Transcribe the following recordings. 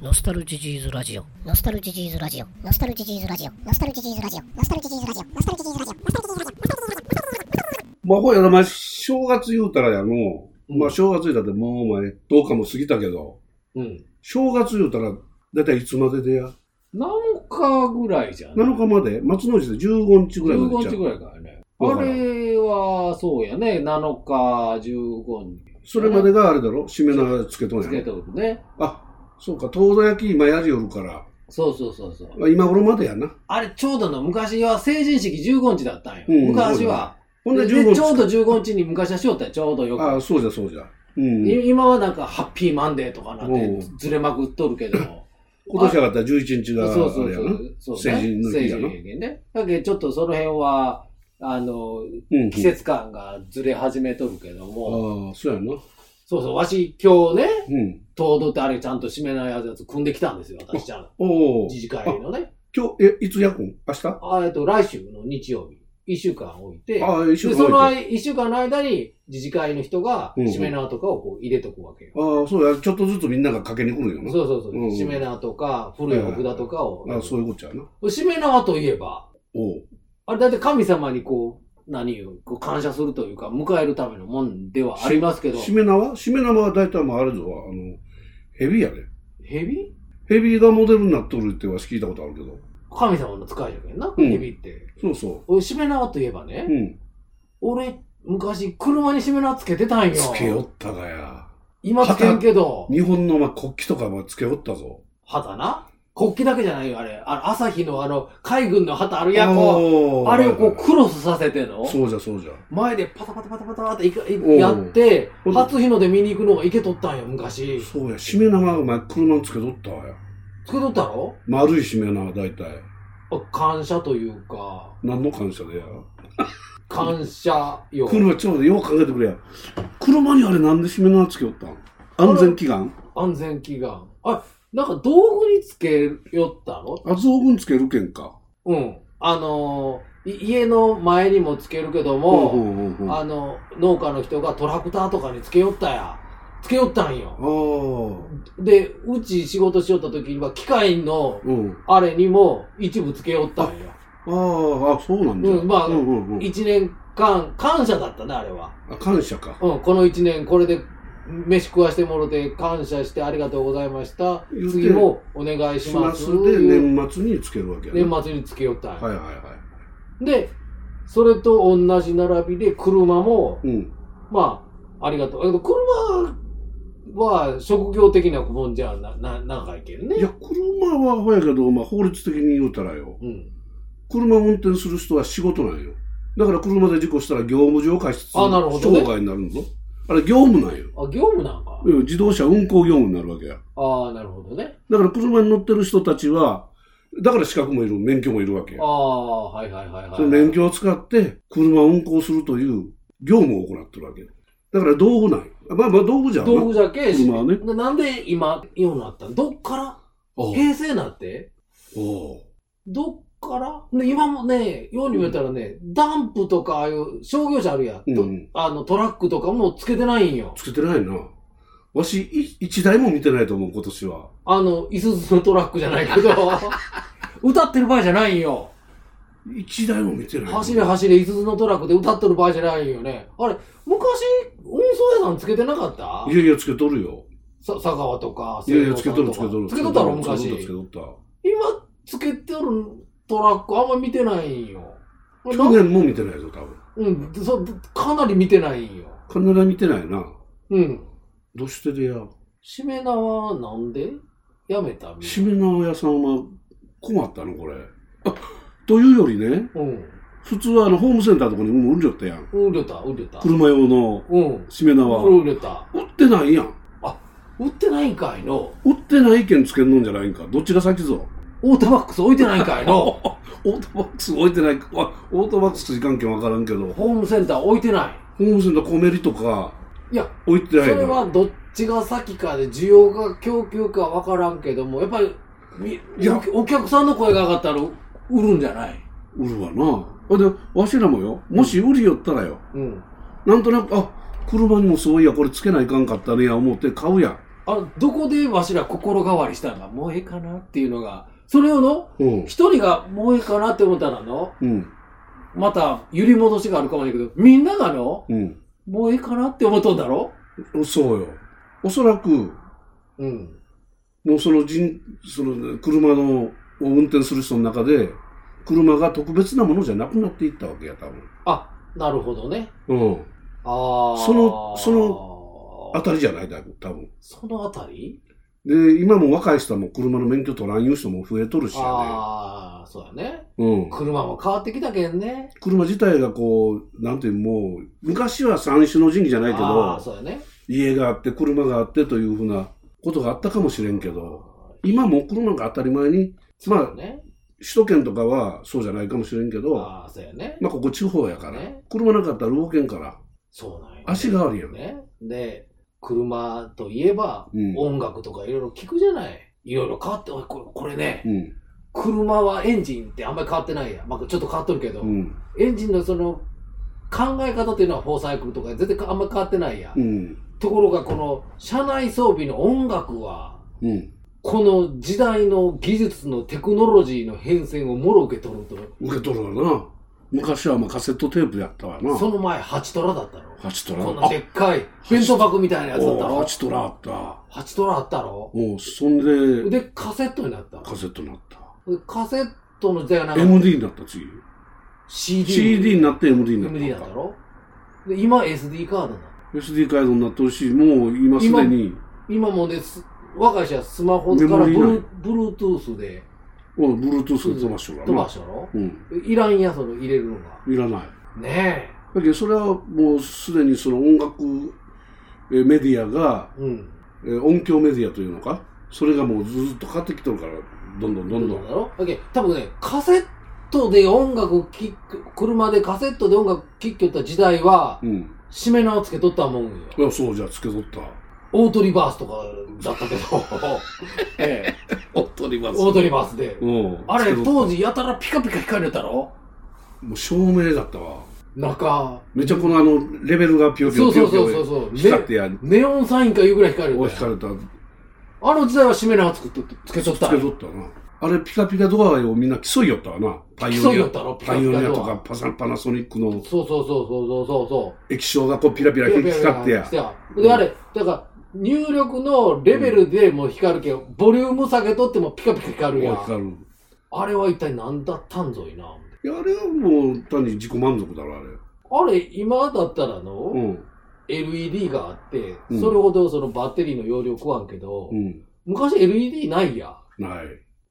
ノスタルジジーズラジオ。ノスタルジジーズラジオ。ノスタルジジーズラジオ。ノスタルジジーズラジオ。ノスタルジジーズラジオ。ノスタルジジーズラジオ。ノスタルジジーズラジオ。まあ、ほやな、まあ、正月言うたらやの、まあ、正月言うたってもうお前、10日も過ぎたけど、うん。正月言うたら、だいたいいつまででや。 7日ぐらいじゃん。 7日まで、松の内で15日ぐらいまでち15日ゃう。ぐらいからね。あうんれは、そうやね。7日、15日それまでがあれだろ締め縄つけとんつけやろ。とくね。あ、そうか、遠田焼き今やりよるから、そうそうそうそう。まあ今頃までやな。あれ、ちょうどの昔は成人式15日だったんよ。うん昔は。ほんでで15ちょう日。ど15日に昔はしよったよ、ちょうどよく。ああ、そうじゃそうじゃ。うん。い今はなんか、ハッピーマンデーとかなってう、ずれまくっとるけど。今年上がったら11日がそうそあうれやそな。う。そうね成人の日やな成人ね。だけど、ちょっとその辺は、あの、うん。季節感がずれ始めとるけどあも、あ、そうやな。そうそう、わし今日ね、うん。東堂ってあれちゃんと締めないやつ組んできたんですよ、私ちゃん。おお。自治会のね。今日、え、いつ焼くん明日ああえっと、来週の日曜日、一週間置いて、あ、一緒で、にそのあ間一週間の間に自治会の人が、うんうん締め縄とかをこう入れとくわけよ。あ、そうや。ちょっとずつみんながかけに来るよな。そうそうそう。うんうん締め縄とか、古い奥田とかを。あそういうことやな。締め縄といえば、おうあれだって神様にこう、何よ、こう感謝するというか、迎えるためのもんではありますけど、しめ縄しめ縄は大体もうあれぞ、あの、ヘビやで。蛇ヘビがモデルになっとるってわし聞いたことあるけど。神様の使いじゃけんな、うん蛇って。そうそ俺、しめ縄といえばね、う。うん。俺、昔、車にしめ縄つけてたんよ。つけよったがや。今つけんけど、日本のまあ国旗とかもつけよったぞ。旗な国旗だけじゃないよ、あれ。あの、朝日のあの、海軍の旗あるいやん、ここう。あれをこう、クロスさせての。そうじゃそうじゃ。前でパタパタパタパタっていかいおうやって、ほんで初日の出見に行くのがいけとったんよ、昔。そうや。しめ縄お前車につけとったわや。つけとったろ丸いしめ縄大体。あ感謝というか、何の感謝でや。感謝よ。車ちょうどよう考えてくれや。車にあれなんでしめ縄つけよったん安全祈願安全祈願。あ、なんか道具につけよったのあ、造軍つけるけんか。うん。あのーい家の前にもつけるけどほうも、ほうほうほう。ああの、農家の人がトラクターとかにつけよったや。つけよったんよ。あ。で、うち仕事しよった時には、機械のうん。あれにも一部つけよったんよ。ああ、あそうなんだ。うんまあうんうんうん、一年間、感謝だったね、あれは。あ感謝か。うん、この一年、これで、飯食わしてもろて、感謝してありがとうございました。言うて次もお願いししま。ますすで年末につけるわけや、ね。年末につけよったんや、はいはいはで、それと同じ並びで車も、い。うん。まあ、ありがとう。だけど車は職業的なもんじゃな、な、長いけどいねや。、車はほやけど、まあ法律的に言うたらよ。うん。車運転する人は仕事なんよ。だから車で事故したら業務上過失あなるほどね障害になるんぞ。あれ業務なんよ。あ、業務なんか。うん自動車運行業務になるわけや。ああ、なるほどね。だから車に乗ってる人たちは、だから資格もいる、免許もいるわけやあ。あ、はいはいはいはい。その免許を使って車を運行するという業務を行ってるわけだ。だから道具ない。まあまあ道具じゃんな。道具じゃけし、車はねななんで今、ようになったのどっからおう平成になっておうどっからね今もね、ように見えたらね、ダンプとか、ああいう商業車あるや、うんとうんあの、トラックとかもつけてないんよ。つけてないな。わし、い一台も見てないと思う、今年は。あの、イスズのトラックじゃないけど、 歌ってる場合じゃないんよ。一台も見てない。走れ走れ、イスズのトラックで歌ってる場合じゃないんよね。あれ、昔、運送屋さんつけてなかったいやいや、つけとるよ。さ佐川とか、いやいや、つ西け郷とさんる、つけとる。つけとったろ、つけ昔。とった、つけとっ今、つけてるトラックあんま見てないんよ。た。去年も見てないぞ、多分。うん、そかなり見てないんよ。必ず見てないな。うん。どうしてでや。しめ縄なんでやめたみしめ縄屋さんは困ったの、これ。あ、というよりね、うん。普通はあの、ホームセンターとかにもう売りよったやん。うん、売れた、売れた。車用のうん。しめ縄。これ売れた。売ってないやん。売ってないんかいの。売ってないけんつけんのんじゃないんか。どっちが先ぞ。オートバックス置いてないんかいの。 オートバックス置いてないか。あオートバックス時間券わからんけど、ホホームセンター置いてなームセンターコメリとかい。いや、置いてなそいな。れはどっちが先かで需要か供給かわからんけども、やっぱり、みいやおお客さんの声が上がったら売るんじゃない売るわな。あで、わしらもよ。もし売りよったらよ。うん。なんとなく、あ、車にもそういや、これつけないかんかったねや思って買うやん。あ、どこでわしら心変わりしたんか、もうええかなっていうのが、それをの、うん。一人がもうええかなって思ったらの、うん。また揺り戻しがあるかもしれんけど、みんながの、うん。もうええかなって思っとんだろそうよ。おそらく、うん。もうその人、その車の、を運転する人の中で、車が特別なものじゃなくなっていったわけや、多あ、なるほどね。分。うん。ああ。そのその当たりじゃない、だいぶ、多分。そのあたりで、今も若い人はもう車の免許取らんいう人も増えとるしやね。ああ、そうやね。うん。車も変わってきたけんね。車自体がこう、なんていうもう、昔は三種の神器じゃないけああ、ど、そうやね。家があって車があってというふうなことがあったかもしれんけど、今もう車が当たり前に、まそうあ、ね。首都圏とかはそうじゃないかもしれんけど、ああ、そうやね。まあここ地方やからね、車なかったら動けんから、そうなんや。足代わりやね。ね。で、車といえば、うん音楽とかいろいろ聞くじゃない。いろいろ変わって、おいこれこれね、うん。車はエンジンってあんまり変わってないやん。まあ、ちょっと変わっとるけど、うん。エンジンのその、考え方っていうのはフォーサイクルとか絶対あんまり変わってないやん。うん。ところが、この、車内装備の音楽は、うん。この時代の技術のテクノロジーの変遷をもろ受け取ると、受け取るわな。昔はまあカセットテープやったわな。その前、ハチトラだったろ。 8トラ。こんなでっかい、弁当箱みたいなやつだったろ。 8トラあった。ハチトラあったろ。おうそんで、で、カセットになった。カセットになった。カセットの時代はなんか MD になった次。 CD。 CD になって MD になった。 MD だったろで、今 SD カードだ。 SD 回路になってるし、もう今すでに、今もね、す若い人はスマホからメモリーない Blu- Bluetooth でおう Bluetooth で飛ばしとる飛わばなし。たろうん。いらんや、その入れるのが。いらない。ねだけど、それはもうすでにその音楽えーメディアが、え。うん。えー音響メディアというのか、それがもうずっと買ってきとるから、どんどんどんどだん。ろだけど多分ね、カセットで音楽を聴く、車でカセットで音楽聴きよった時代はう、ん。締め縄つけとったもんよ。いや、そう、じゃあ、つけとった。オートリバースとかだった けど、ええ、おっとりまオートリバースで。うん。あれ、つけとっ当時やたらピカピカ光るやったろたもう照明だったわ。中。めっちゃこのあの、レベルがピヨピそヨうピそヨうピそうそうヨそう。光ってやん。ネネオンサインかいうぐらい光るおよ引かれた。あの時代は締め縄つけとつけとったつけとったな。あれ、ピカピカドアをみんな競いよったわな。パイオ競いニアよったろピカパピイカオドアニアとかパサパナソニックのそうそうそうそうそうそうそ液晶がこうピラピうラ光ってやピカピカし。てやであれだから入力のレベルでもう光るけど、ボリューム下げとってもピカピカ光るやおん光る。あれは一体何だったんぞいないや、あれはもう単に自己満足だろ、あれ。あれ今だったらの、うん。 LED があってうんそれほどそのバッテリーの容量食わんけど、うん。昔 LED ないやない。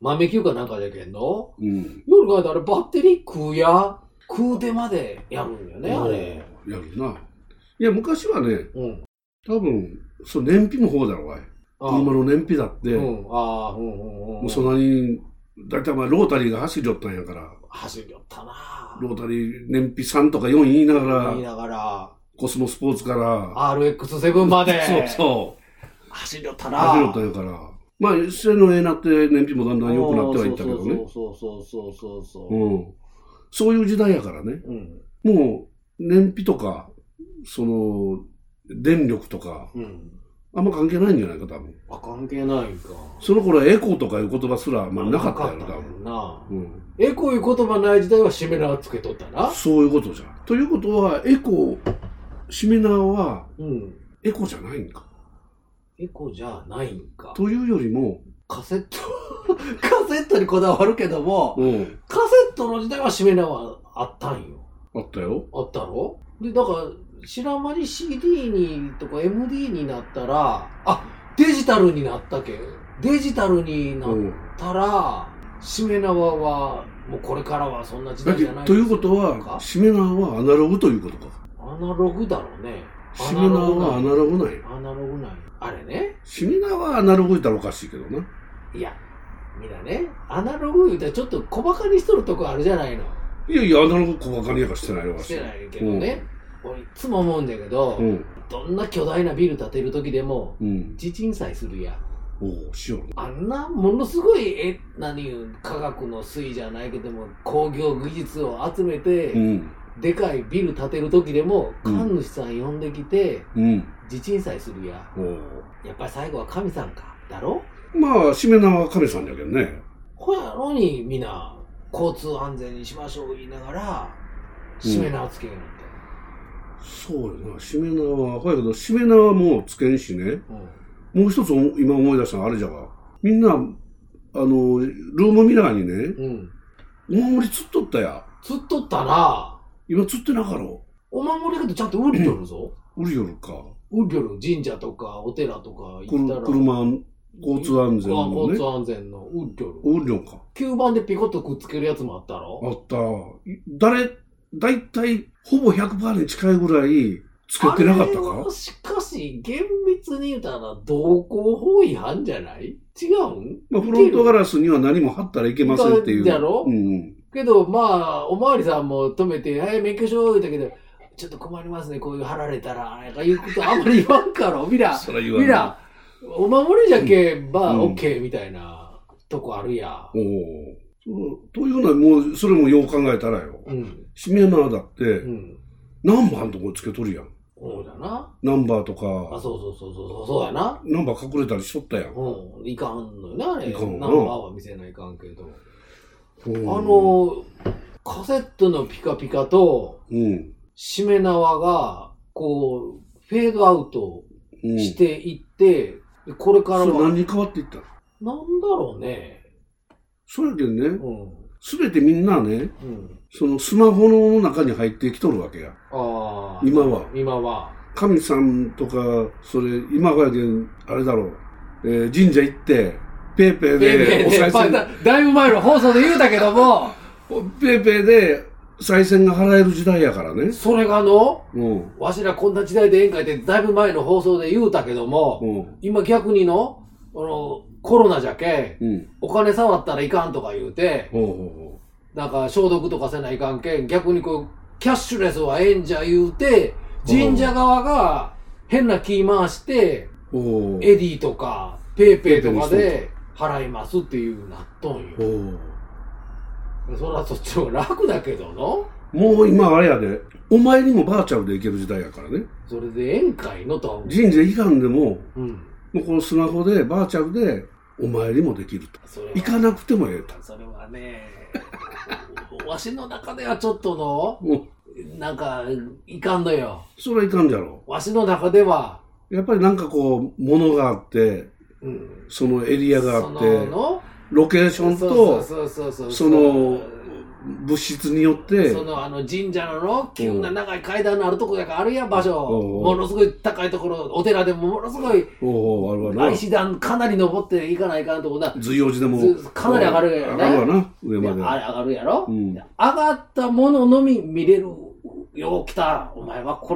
豆球かなんかじゃけんのうん。夜考えたらあれバッテリー食うや食うてまでやるんよねあれやるな。いや、昔はね、うん多分、そう燃費の方だろ、おい。ああ車の燃費だって、うもんああうんうんうんうんうそんなに、だいたいまあロータリーが走りよったんやから、走りよったなロータリー燃費3とか4言いなが言いら、ながらコスモスポーツから、 RX7 までそうそう。走りよったな走りよったんやから。まあ、一斉のええなって燃費もだんだん良くなってはいったけどね。そうそうそうそうそうそううん。そういう時代やからね。そううんもう、燃費とか、その、電力とか、うんあんま関係ないんじゃないか、多分。あ関係ないんかその頃はエコーとかいう言葉すら、まあ、なかったよなね、多かったよ分。なうん。エコいう言葉ない時代は締め縄つけとったなそういうことじゃん。ということは、エコー、シメナーは、うんエコじゃないんか。エコじゃないんかというよりも、カセット カセットにこだわるけども、うん、カセットの時代は締め縄あったんよ。あったよ。あったろで、だから、知らん間に CD にとか MD になったら、あ、デジタルになったけ。デジタルになっうん。たら、締め縄は、もうこれからはそんな時だ代けじゃどないということかは、シメナーはアナログということか。アナログだろうね。シメナーはアナログなんや。アナログなんよあれね。シメナーはアナログいたらおかしいけどな。いや、みんなね、アナログ言うたらちょっと小馬鹿にしとるとこあるじゃないの。いやいや、アナログ小馬鹿にやかしてないわ。してないけどね、俺いつも思うんだけど、うん。どんな巨大なビル建てる時でもうん。地鎮祭するやんおお、しよあんなものすごいえ何言う科学の粋じゃないけども工業技術を集めて、う。うん。でかいビル建てる時でも、うん神主さん呼んできて、うん。地鎮祭するや。おーやっぱり最後は神さんか。だろまあ、しめ縄は神さんだけどね。ほやのに、みんな、交通安全にしましょう言いながら、うん締め縄つけるんだよ。そうよな、しめ縄は、ほやけど、しめ縄もつけんしね。うん。もう一つお今思い出したのあれじゃが。みんな、あの、ルームミラーにね、うん。お守り釣っとったや。釣っとったら、今釣ってなかろお守りけどちゃんと売りよるぞ。う。売りよるか。売りよる。神社とかお寺とかく行ったるら。車、交通安全あの交ね通。安全の売りよる。売りよるか。吸盤でピコッとくっつけるやつもあったあろ。った。誰、だいたい、ほぼ100%に近いぐらい、つけてなかったあれかはしかし、厳密に言うたら、同行法違反じゃない違うんまあ、フロントガラスには何も貼ったらいけませんっていう。だろうんうん。けど、まあ、おまわりさんも止めて、え免許証言ったけど、ちょっと困りますね、こういう貼られたら、なんか言うことあんまり言わんから、みんな、それ言わみんない。な、お守りじゃけ、ば、うんオッケーみたいなとこあるや。おお。そうというのは、もう、それもよう考えたらよ。うん。しめ縄だって、うん。ナンバーのところつけとるやん。そうだな。ナンバーとあ、か、そうそうそうそう、そうやな。ナンバー隠れたりしとったやん。うん。いかんのよな、あれ。いかんなナンバーは見せないかんけど。ああ、の、カセットのピカピカと、うん。しめ縄が、こう、フェードアウトうん。しそていって、でこれかられは、何なんだに変わっていったのろうね。そうやけどねう、ん。すべてみんなね、うん。そのスマホの中に入ってきとるわけや。ああ。今は今は。神さんとか、それ、今がやけん、あれだろう、えー神社行って、ペーペーねえねで、おえねえ賽まあ銭、だだいぶ前の放送で言うたけども、おペーペーで、賽銭が払える時代やからね。それがの、うん。わしらこんな時代で宴会ってだいぶ前の放送で言うたけども、うん。今逆にの、あの、コロナじゃけ、うん。お金触ったらいかんとか言うて、ほうほうほなんか消毒とかせないかんけん、逆にこう、キャッシュレスはええんじゃ言うて、神社側が変な気回して、う。ほう。エディとか、ペイペイとかで払いますっていうなっとんほよ。う。そらそっちも楽だけどの。もう今あれやで、お前にもバーチャルで行ける時代やからね。それで宴会のとは思う。神社行かんでも、うん。もうこのスマホで、バーチャルで、お参りもできると。それは行かなくてもええと。それはね、わしの中ではちょっとの、もう、なんか、いかんのよ。それはいかんじゃろわしの中では、う。やっぱりなんかこう、ものがあって、うん。そのエリアがあっそのて、のロケーションそうとそうそうそうその物質によって、そのあの神社のの急な長い階段のあるとこやからあるやん場所うんものすごい高いところお寺でもものすごいおお、あるわな愛。師団かなり登っていかないかんとこな随用寺でも、ずかなり上がるよ上ねがるわな、上あれ上まで。がるやろ、うん上がったもののみ見れるよう来たお前はこ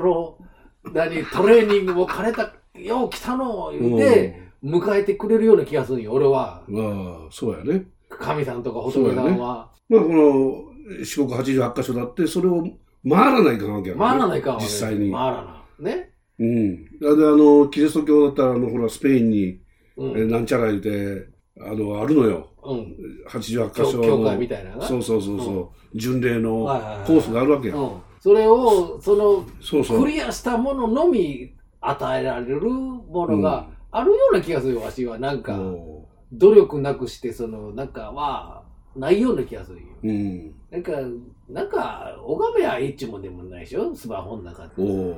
の何トレーニングも兼ねたよう来たの言うて迎えてくれるような気がするんよ俺はうん、まあ、そうやね。神さんとか仏さそうやんねは、まあ、この、四国八十八箇所だって、それを回らないかんわけやから回ねらないかんわね実際に。回らないねうん。で、あの、キリスト教だったら、あの、ほら、スペインに、えうん、ーなんちゃら言うて、あの、あるのよ。うん、 88箇教所の。教会みたいななそうそうそうそう。巡礼のはいはいはいコースがあるわけや。うん、それをそのそうそう。クリアしたもののみ与えられるものがあるような気がするよわしはなんうかん、お努力なくしてそのなんかはないような気がするよーうん。なんかなんか拝めはええっちゅうもんでもないでしょスマホの中でおー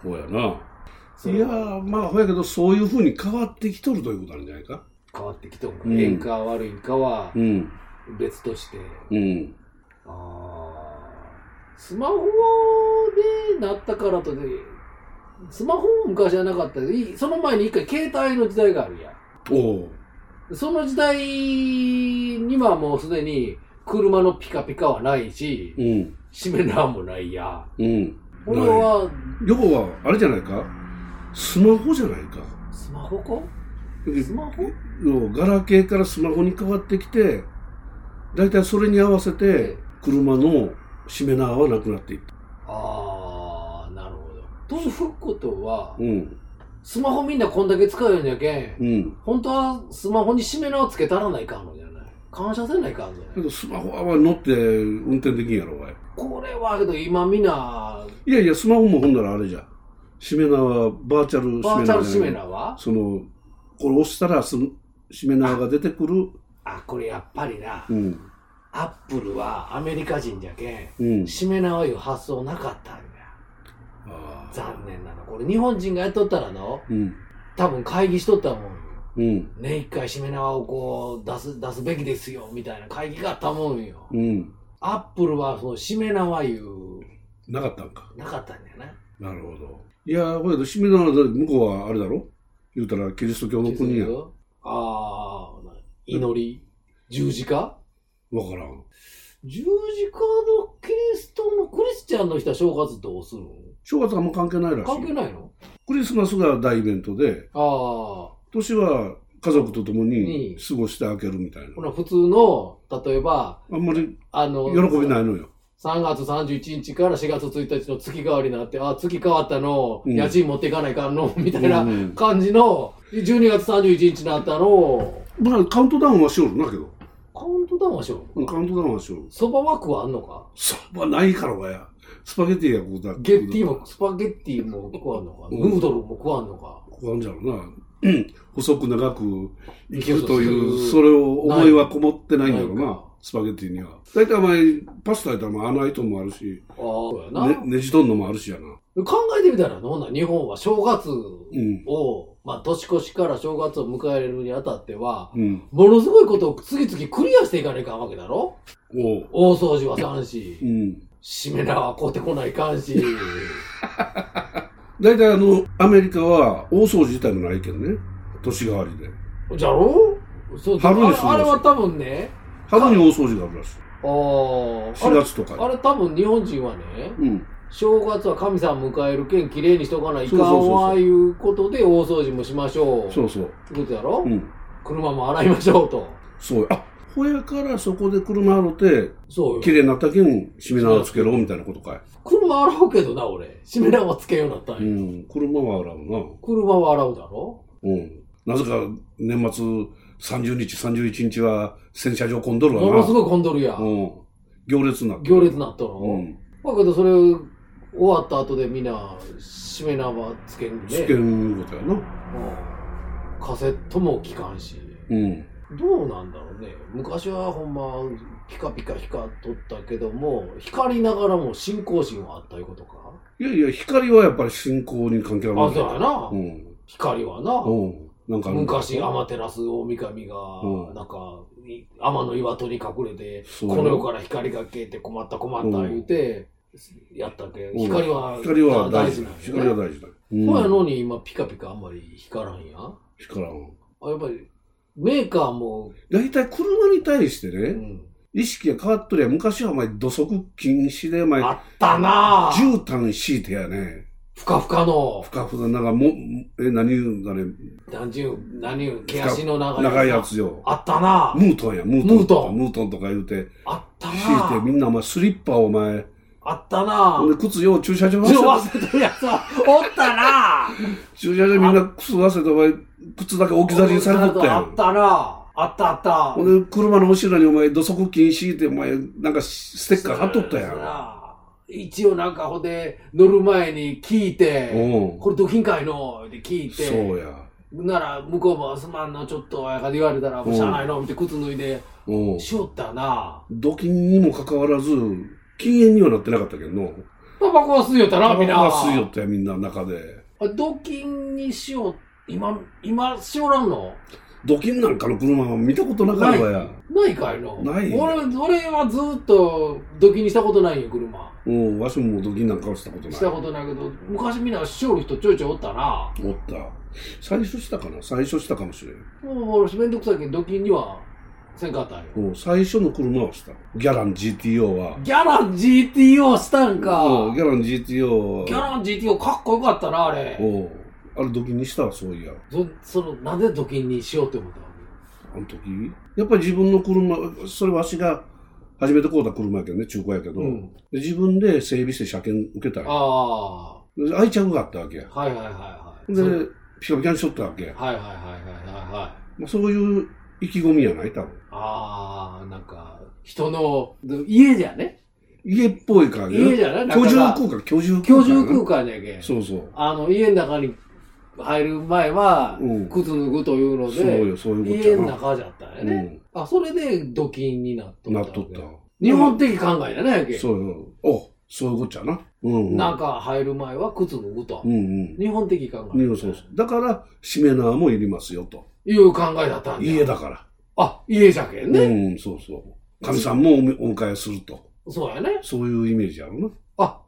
そうやな。そいれやはー、まあ、ほやけど、そういうふうに変わってきとるということなんじゃないか。変わってきてもうんええんか悪いんかはうん。別として、うん。あースマホでなったからとで、スマホも昔はなかったけどいその前に一回携帯の時代があるやん。おお。その時代にはもうすでに車のピカピカはないし、うん。しめ縄もないや。うん。これは、要は、あれじゃないか。スマホじゃないか。スマホかスマホのガラケーからスマホに変わってきて、だいたいそれに合わせて、車のしめ縄はなくなっていった。あー、なるほど。ということは、うん。スマホみんなこんだけ使うようにやけん、うん。本当はスマホにしめ縄つけたらないかんのじゃない感謝せないかんじゃないけどスマホは乗って運転できんやろ、おい。これはけど今みんな、いやいや、スマホもほんならあれじゃん。しめ縄、バーチャルバーチャルしシめメ縄ラはその、これ押したらす、しめ縄が出てくる。あ、これやっぱりな、うん。アップルはアメリカ人じゃけうんん、。シメラはいう発想なかったんや。あー残念なの。これ日本人がやっとったらの、うん。多分会議しとったもんよ。うん。ね、一回しめ縄をこう出す、出すべきですよ、みたいな会議があったもんよ。うん。アップルはそう、しめ縄いう、なかったんか。なかったんだよな。なるほど。いやー、これでしめ縄だって向こうはあれだろ言うたら、キリスト教の国や。わああ、祈り、十字架からん。十字架のキリストのクリスチャンの人は正月どうするの正月あんま関係ないらしい。関係ないのクリスマスが大イベントで、ああ、ほ年は家族と共うにん過ごしてあげるみたいな。な普通の、例えば、あんまりあの、喜びないのよ。 3月31日から4月1日の月替わりになって、あ、月変わったの、うん家賃持っていかないかんの、みたいうんなうん感じの、12月31日になったの、まあ、カウントダウンはしよるなけど。カウントダウンはしようんう。カウントダウンはしよる。そば枠はあんのかそばないからわや。スパゲティやこうだ。ゲッティも、スパゲッティも食わんのか、うんヌードルも食わんのか。ここあんじゃろうな。うん細く長く生きるという、そそうれを思いはこもってないんだろうないなか、スパゲティには。大体お前、パスタやったらまあ穴糸もあるし、ああ、そうやな。ねねじとんのもあるしやな。考えてみたら、ほんなら日本は正月うん。を、まあ年越しから正月を迎えるにあたっては、うん。ものすごいことを次々クリアしていかないかんわけだろおう。大掃除はさんしう、ん。締め縄はこうてこないか んし。大体あの、アメリカは大掃除自体もないけどね。年替わりで。じゃろそう春にするんですよあれあれは多分ね、春に大掃除があるらしい。あーあ4れ、月とかあに。れ多分日本人はね、うん。正月は神様迎えるけん綺麗にしとかないかそうそうんそうわそういうことで大掃除もしましょう。そうそう。ってことやろ、うん。車も洗いましょうと。そうや。あ、ほやからそこで車洗って、そうよ。綺麗になったけん、締め縄つけろ、みたいなことかい。車洗うけどな、俺。締め縄つけようになったんや。うん。車は洗うな。車は洗うだろうん。なぜか、年末30日、31日は、洗車場混んどるもわのすな。ごい混んどるや。うん。行列になってる行列なっとるうの。ん。だけどそれ終わった後でみんな、締め縄つけんで。試験ことやな。うんカセットも聞かんし。うん。どうなんだろうね。昔はほんま、ピカピカ光っとったけども、光りながらも信仰心はあったいうことか。いやいや、光はやっぱり信仰に関係あるあ、わそうやけな。うん。光はな。うん。なんかあるんだ昔、天照大神が、うんなんか、い天の岩戸に隠れて、そうこの世から光が消えて困った困った言うて、やったけ、ん光は、光は大事事だなん。光はよね。大事だ。ほやのに。に今ピカピカあんまり光らんや。あ、光らん。やっぱり、メーカーも、大体車に対してうね、ん、意識が変わっとりゃ、昔はお前土足禁止で、お前、あったなぁ。絨毯敷いてやね、ふかふかのふ、かふか、なんかも、え、何言うんだね、何十、何十、毛足の長い。長いや。つよ。あったなぁ。ムートンや、ムートン。ムートンムートンとか言うて、あったな敷いてみぁ。んなお前スリッパをお前、あったなほんぁ。で靴よう駐車場ちょ忘れ忘れてるやつは、おったなぁ。駐車場みんな靴忘れてお前、靴だけ置き去りにされとったやあんっ。たな。あったあった。ほんで、車の後ろにお前、土足禁止って、お前、なんかステッカー貼っとったや。そうんな一応なんかほんで、乗る前に聞いて、うん。これドキンかいのって聞いて、そうや。なら向こうもすまんの、ちょっと、やかで言われたら、もうしゃあないのって靴脱いで、うん。しよったな。土金にもかかわらず、禁煙にはなってなかったけどの。タバコは吸いよったな、みんな。タバコが吸いよったや、みんな中で。あドキンにしよう。今、今、しおらんの土金なんかの車は見たことなかったわや。ないかいのない俺、俺はずっとドキンにしたことないよ、車。うん、わしも土金なんかはしたことない。したことないけど、昔みんなしおる人ちょいちょいおったな。おった。最初したかな最初したかもしれん。もう俺めんどくさいけど、ドキンにはせんかったんよ。うん、最初の車はした。ギャラン GTO は。ギャラン GTO したんか。うんギャラン GTO は。ギャラン GTO かっこよかったな、あれ。うん。あれ土金にしたわ、そういや。そその、なんでドキンにしようって思ったのあの時。やっぱり自分の車、それわしが初めて買うた車やけどね、中古やけど。うん。で自分で整備して車検受けたんあやあ、はで愛着があったわけや。いはいはいはい。でそう、ピカピカにしとったわけや。はいはいはいはいはいはい。まあ、そういう意気込みやない、多分。ああ、なんか、人の、で家じゃね、家っぽい感じ。家じゃない居住だから空間、居住空間。居住空間じゃけん。そうそう。あの、家の中に入る前はうん、靴脱ぐというのそうで、よ、そういうこと家やのな。中じゃったんやうね。ん。あ、それでドキンになっとったなわっけ。とった。日本的考えじゃないやけん。そうよ。おそういうことやな。うん、うん。中入る前は靴脱ぐとう。ん日本的考うえ。ん。そうそう。だから、しめ縄もいりますよと。いう考えだったんだ。家。だかあ、家じゃけんら。ね。うん、そうそう。神さんもおめお迎えすると。そうやね。そういうイメージやろな。あ、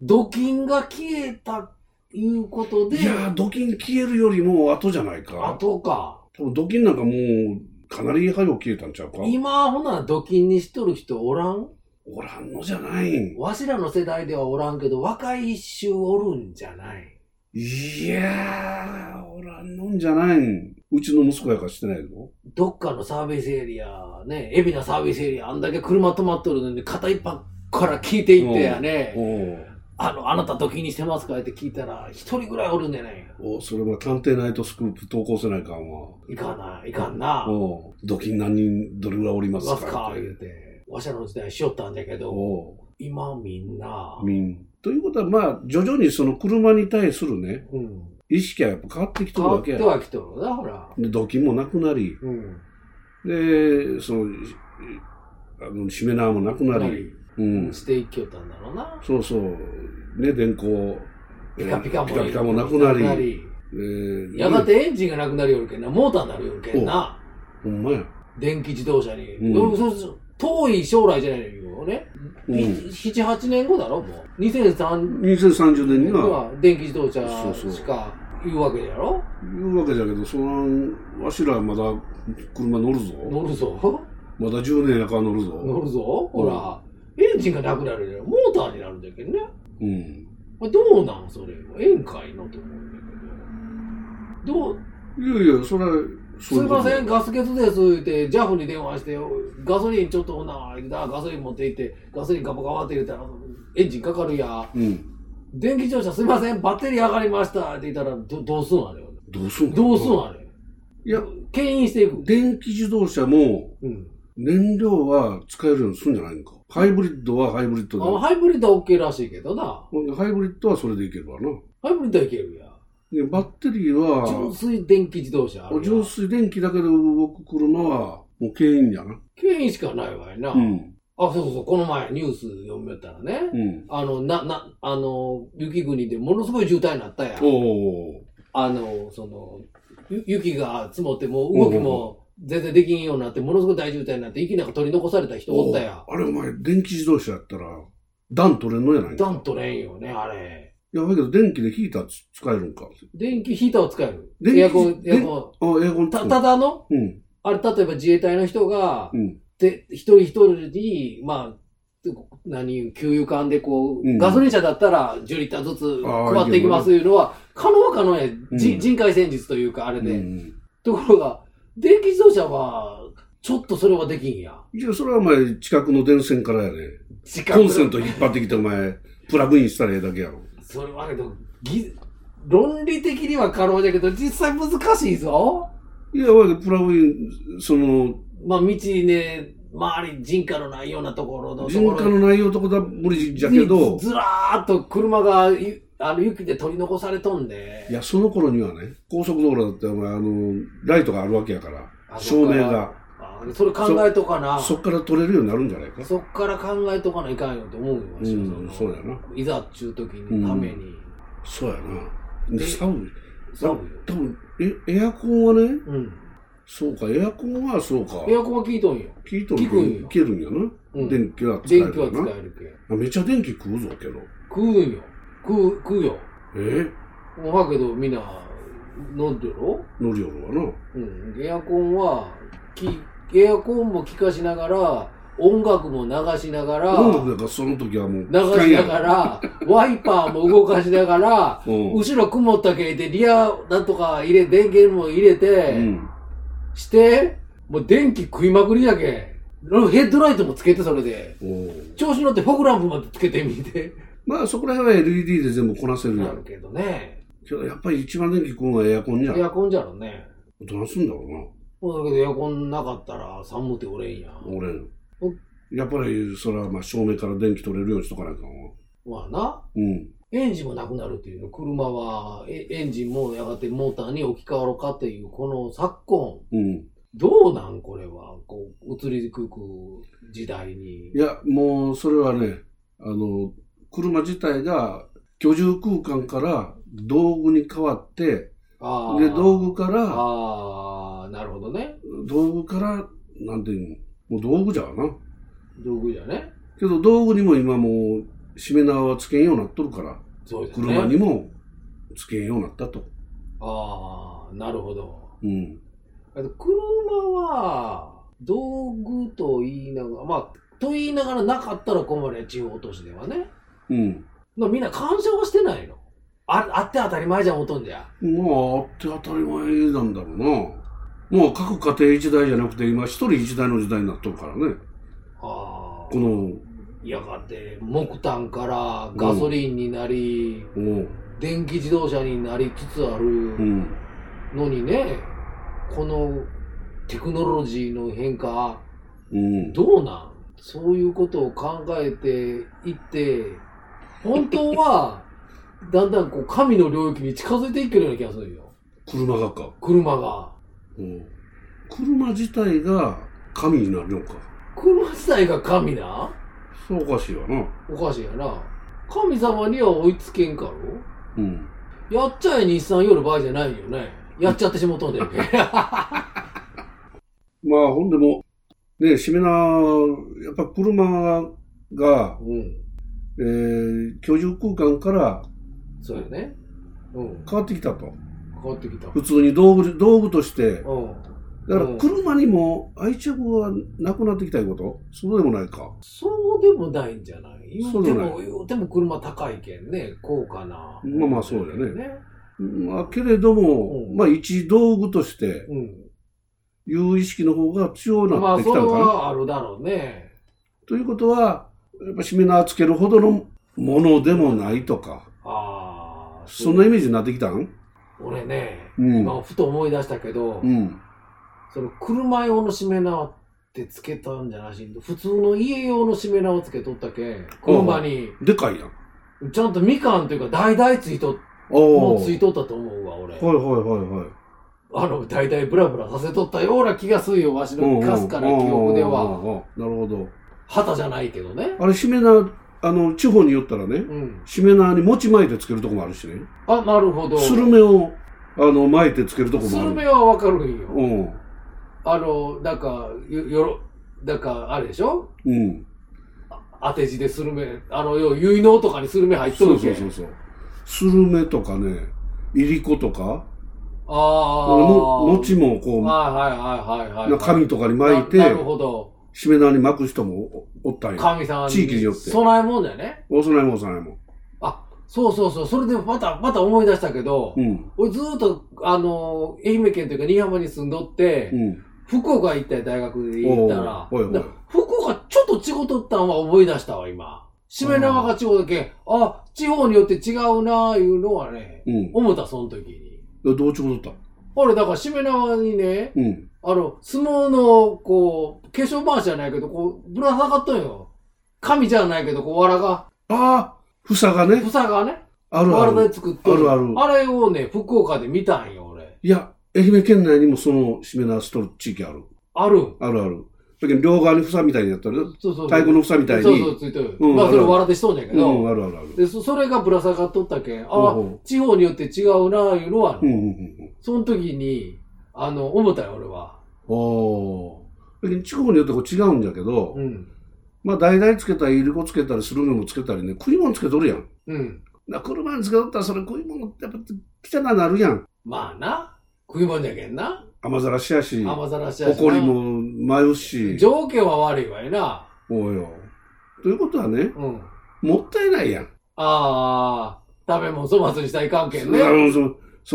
ドキンが消えたいうことでい、やー、ドキン消えるよりも後じゃないか。後か。多分ドキンなんかもう、かなり早く消えたんちゃうか。今、ほな、ドキンにしとる人おらんおらんのじゃない。わしらの世代ではおらんけど、若い一周おるんじゃないいやー、おらんのんじゃない。うちの息子やからしてないぞ。どっかのサービスエリア、ね、海老名サービスエリア、あんだけ車止まっとるのに、片一方から聞いていってやね、おうあの、あなたドキンにしてますかって聞いたら、一人ぐらいおるんじゃないおう、それは探偵ナイトスクープ投稿せないかんわ。いかな、いかんな、おう、ドキン何人、どれぐらいおりますますかかっ、言うて。て。わしらの時代しよったんだけど、おう、今みんな、みん。ということは、まあ、徐々にその車に対するね、うん。意識はやっぱ変わってきて変るわわっけてや。はきとるな、ほら。で、ドキンもなくなり、うん。で、その、しあの、しめ縄もなくなり、ううんん。。していきよったんだろうな。そうそう。ね、電光。ピカピカもピカピカもなくなり。えーやが。てエンジンがなくなるよるけんな、モーターになるよるけんな、ほんまや。電気自動車に。うんそうそう遠い将来じゃないよね。うん7、8年後だろ、もう。2003 2030年に年は、は電気自動車そうそうしか言うわけやろいうわけじゃけど、その、わしらはまだ車乗るぞ。乗るぞ。まだ10年やから乗るぞ。乗るぞ。うんほら、エンジンがなくなるよりモーターになるんだけどね。うん。まあどうなんそれは。宴会のと思うんだけど。どう、いやいや、それは、すいません、ん。ガス欠です、言って、JAF に電話して、ガソリンちょっとほな、ガソリン持って行って、ガソリンガバガバって入れたら、エンジンかかるや。うん。電気自動車すいません、バッテリー上がりましたって言ったら、どどうすんあれよ。どうすんのどうすんあれ。いや、牽引していく。電気自動車も、うん。燃料は使えるようにするんじゃないのか。ハイブリッドはハイブリッあドので。ハイブリッドは OK らしいけどな。ハイブリッドはそれでいけるわな。ハイブリッドはいけるや。でバッテリーは、純粋電気自動車あるや。浄水電気だけで動く車は、もう牽引やな。牽引しかないわいな。うん。あ、そうそうそう、この前ニュース読みよったらね。うん。あの、な、な、あの、雪国でものすごい渋滞になったやん。おお。あの、その、ゆ雪が積もって、もう動きも全然できんようになって、ものすごい大渋滞になって、息なんか取り残された人おったや。あれお前、電気自動車やったら、暖取れんのやないの暖取れんよね、あれ。いやばいけど、電気でヒーターつ使えるんか。電気ヒーターを使える。電気エアコン、でエアコン。あ、エアコンつた、くただの、うん。あれ、例えば自衛隊の人がう、ん。で、一人一人に、まあ、何、給油管でこうんう、ガソリン車だったら10リッターずつあー配っていきますいうのは、可能は可能や。うじん人海戦術というか、あれうで。ん。ところが、電気自動車は、ちょっとそれはできんや。じゃあ、それはお前、近くの電線からやね。時コンセント引っ張ってきて、お前、プラグインしたらええだけやろ。それはけど、ぎ論理的には可能だけど、実際難しいぞ。いや、おいプラグイン、その、まあ、道ね、周り人家のないようなところのと人こ家ろにの内容とかだ無理じゃけど、ずずらーっと車がゆあの雪で取り残されとんいで、や、その頃にはね、高速道路だって、お前、あの、ライトがあるわけやから、あ照そっか明が。あそれ考えとかな、そっから取れるようになるんじゃないか。そっから考えとかないかんよと思うよ、う私はん、そうやな。いざっちゅう時のために、そうやな。でで、寒い。寒いよ。多分、え、エアコンはね、うん。そうか、エアコンはそうか。エアコンは効いとんよ。聞いと効くんるよけど、いけるんやうんな。電気は使え電気はる使よな。えるけん。めっちゃ電気食うぞ、けど。食うんよ。食う、食うよ。えもうだけどみんな飲んでろ乗りよるわな。うん。エアコンは、きエアコンも効かしながら、音楽も流しながら、音楽だからその時はもう、流しながら、ワイパーも動かしながら、使えんやろ。後ろ曇った系でリアなんとか入れ、電源も入れて、うん。うん。して、もう電気食いまくりだけ。ヘッドライトもつけてそれで。おう調子乗ってフォグランプまでつけてみて。まあ、そこら辺は LED で全部こなせるやなんる。けどね。けど、やっぱり一番電気食うのはエアコンじゃんエ。アコンじゃろね。どうすんだろもうだけどエアコンなかったら寒くておれんやんうな。俺、やっぱり、それはまあ正面から電気取れるようにしとかないと。まあな、うん。エンジンもなくなるっていうの、車は、えエンジンもやがてモーターに置き換わろうかっていう、この昨今、うん。どうなんこれは、こう、移りゆく時代にい。や、もう、それはね、あの、車自体が居住空間から道具に変わって、あーで、道具から、ああ、なるほどね。道具から、なんていうの、もう道具じゃわな。道具じゃね。けど道具にも今もう、しめ縄はつけんようになっとるから、そうですね。車にもつけんようになったと。ああ、なるほど。うん。あと車は、道具と言いながら、まあ、と言いながらなかったら困るね、地方都市ではね。うん。なみんな干渉はしてないの。ああって当たり前じゃん、ほとんどや。まあ、あって当たり前なんだろうな。もう各家庭一台じゃなくて、今一人一台の時代になっとるからね。ああこ。の、やがて、木炭からガソリンになり、おう電気自動車になりつつあうるん。のにね、このテクノロジーの変化、うん。どうなんそういうことを考えていって、本当は、 だんだんこう神の領域に近づいていってるような気がするよ。車がか。車が。うん車自体が神になるのか。車自体が神なそうおかしいわな。おかしいやな。神様には追いつけんかろうん。やっちゃえ日産よる場合じゃないよね。やっちゃってしもうとんだよね。まあ、ほんでも、ね、しめな、やっぱ車が、うん。えー、居住空間からそうやね。うん。変わってきたと。変わってきた。普通に道具、道具として。うん。だからうん車にも愛着はなくなってきたいうことそうでもないか。そうでもないんじゃない言そううじてゃないも、言うても車高いけんね。高価な。まあまあそうだねね。まあ、けれども、うんまあ、一道具として、うん。いう意識の方が強くまなっあ、てきそたれのかな。はあるだろうね。ということは、やっぱしめ縄つけるほどのものでもないとか、ああ。そんなイメージになってきたん俺ね、うん今ふと思い出したけど、うん。その車用のしめ縄ってつけたんじゃなしんで普通の家用のしめ縄つけとったけん、車に、でかいやん。ちゃんとみかんというか、大々ついとっおもお。うはついいとったと思うわ、俺。はいはいはい。あの、大体ブラブラさせとったような気がするよ、わしのかすかな記憶でうんうんは。うんうんうん。なるほど。旗じゃないけどね。あれ、しめ縄、あの、地方によったらね、うん。しめ縄に餅巻いてつけるとこもあるしね、あ、なるほど。スルメを、あの、巻いてつけるとこスルもあメる。はわかるんよ。うん。あの、なんか、よ、よろ、なんか、あれでしょうん。当て字でスルメ、あの、よう、結納とかにスルメ入っとそうるそけうそうそう。スルメとかね、いりことか、ああ。俺も餅もこう、はいはいはいはいはい。紙とかに巻いて、ななるほど。しめ縄に巻く人もおおったんや。神さん地域によって備えもんだよね。お供えもお供えも。そうそうそう。それでまた、また思い出したけど、うん。俺ずーっと、あのー、愛媛県というか新居浜に住んどって、うん。福岡行ったよ大学で行ったら、おうおいおいだ福岡ちょっと違うとったんは思い出したわ、今。しめ縄が違うだけ、あ、地方によって違うなあいうのはね、うん。思った、その時に。でどうちゅうことだった俺、だからしめ縄にね、うん。あの、相撲の、こう、化粧回しじゃないけど、こう、ぶら下がっとんよ。神じゃないけど、こう、藁が、ああ、房がね、房がね、あるあ藁るで。作っとあるあるあれをね、福岡で見たんよ、俺。いや、愛媛県内にもそのしめ縄しとる地域ある。あるん。あるある。だけど両側に房みたいにやったる。そうそう。太鼓の房みたいに。そうそう、ついてる。うんまあ、あそるれ笑ってしとんじゃけうん、ど。あるあるある。で、そそれがぶら下がっとったけん、ほうあほう地方によって違うな、いうのは、うんうんうんその時に、あの、思ったよ、俺は。うん。おー。だけど地方によってこう違うんじゃけど、うん。まあ、だいつけたり、いりこつけたりするのもつけたりね、食い物つけとるやん。うん。な車につけとったらそれ食い物ってやっぱ汚ななるやん。まあな、食い物じゃけんな。雨ざらしやし、ほ甘ざらしやしな。こりも舞うし。条件は悪いわいな。おうよ。ということはね、うん。もったいないやん。ああ、食べ物粗末にしたらいかんけんね。あのそ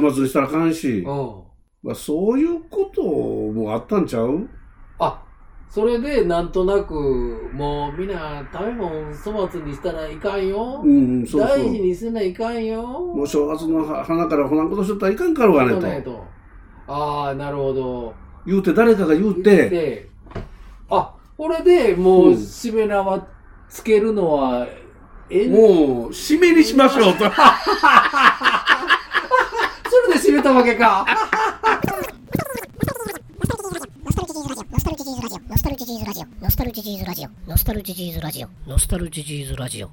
粗末にしたらあかんし、うん。まあ、そういうこともあったんちゃうあ、それで、なんとなく、もう、みんな、食べ物粗末にしたらいかんよ。うん、うん、そうそ大事う。にせないかんよ。もう正月のは花からほなんことしとったらいかんからそうわなんねやと。と。ああ、なるほど。言うて、誰かが言うて、で、あ、これでもうんう、しめ縄つけるのは、えんもう、締めにしましょうと。それで締めたわけか。ノスタルジーズラジオノスタルジーズラジオノスタルジーズラジオノスタルジーズラジオノスタルジーズラジオノスタルジーズラジオ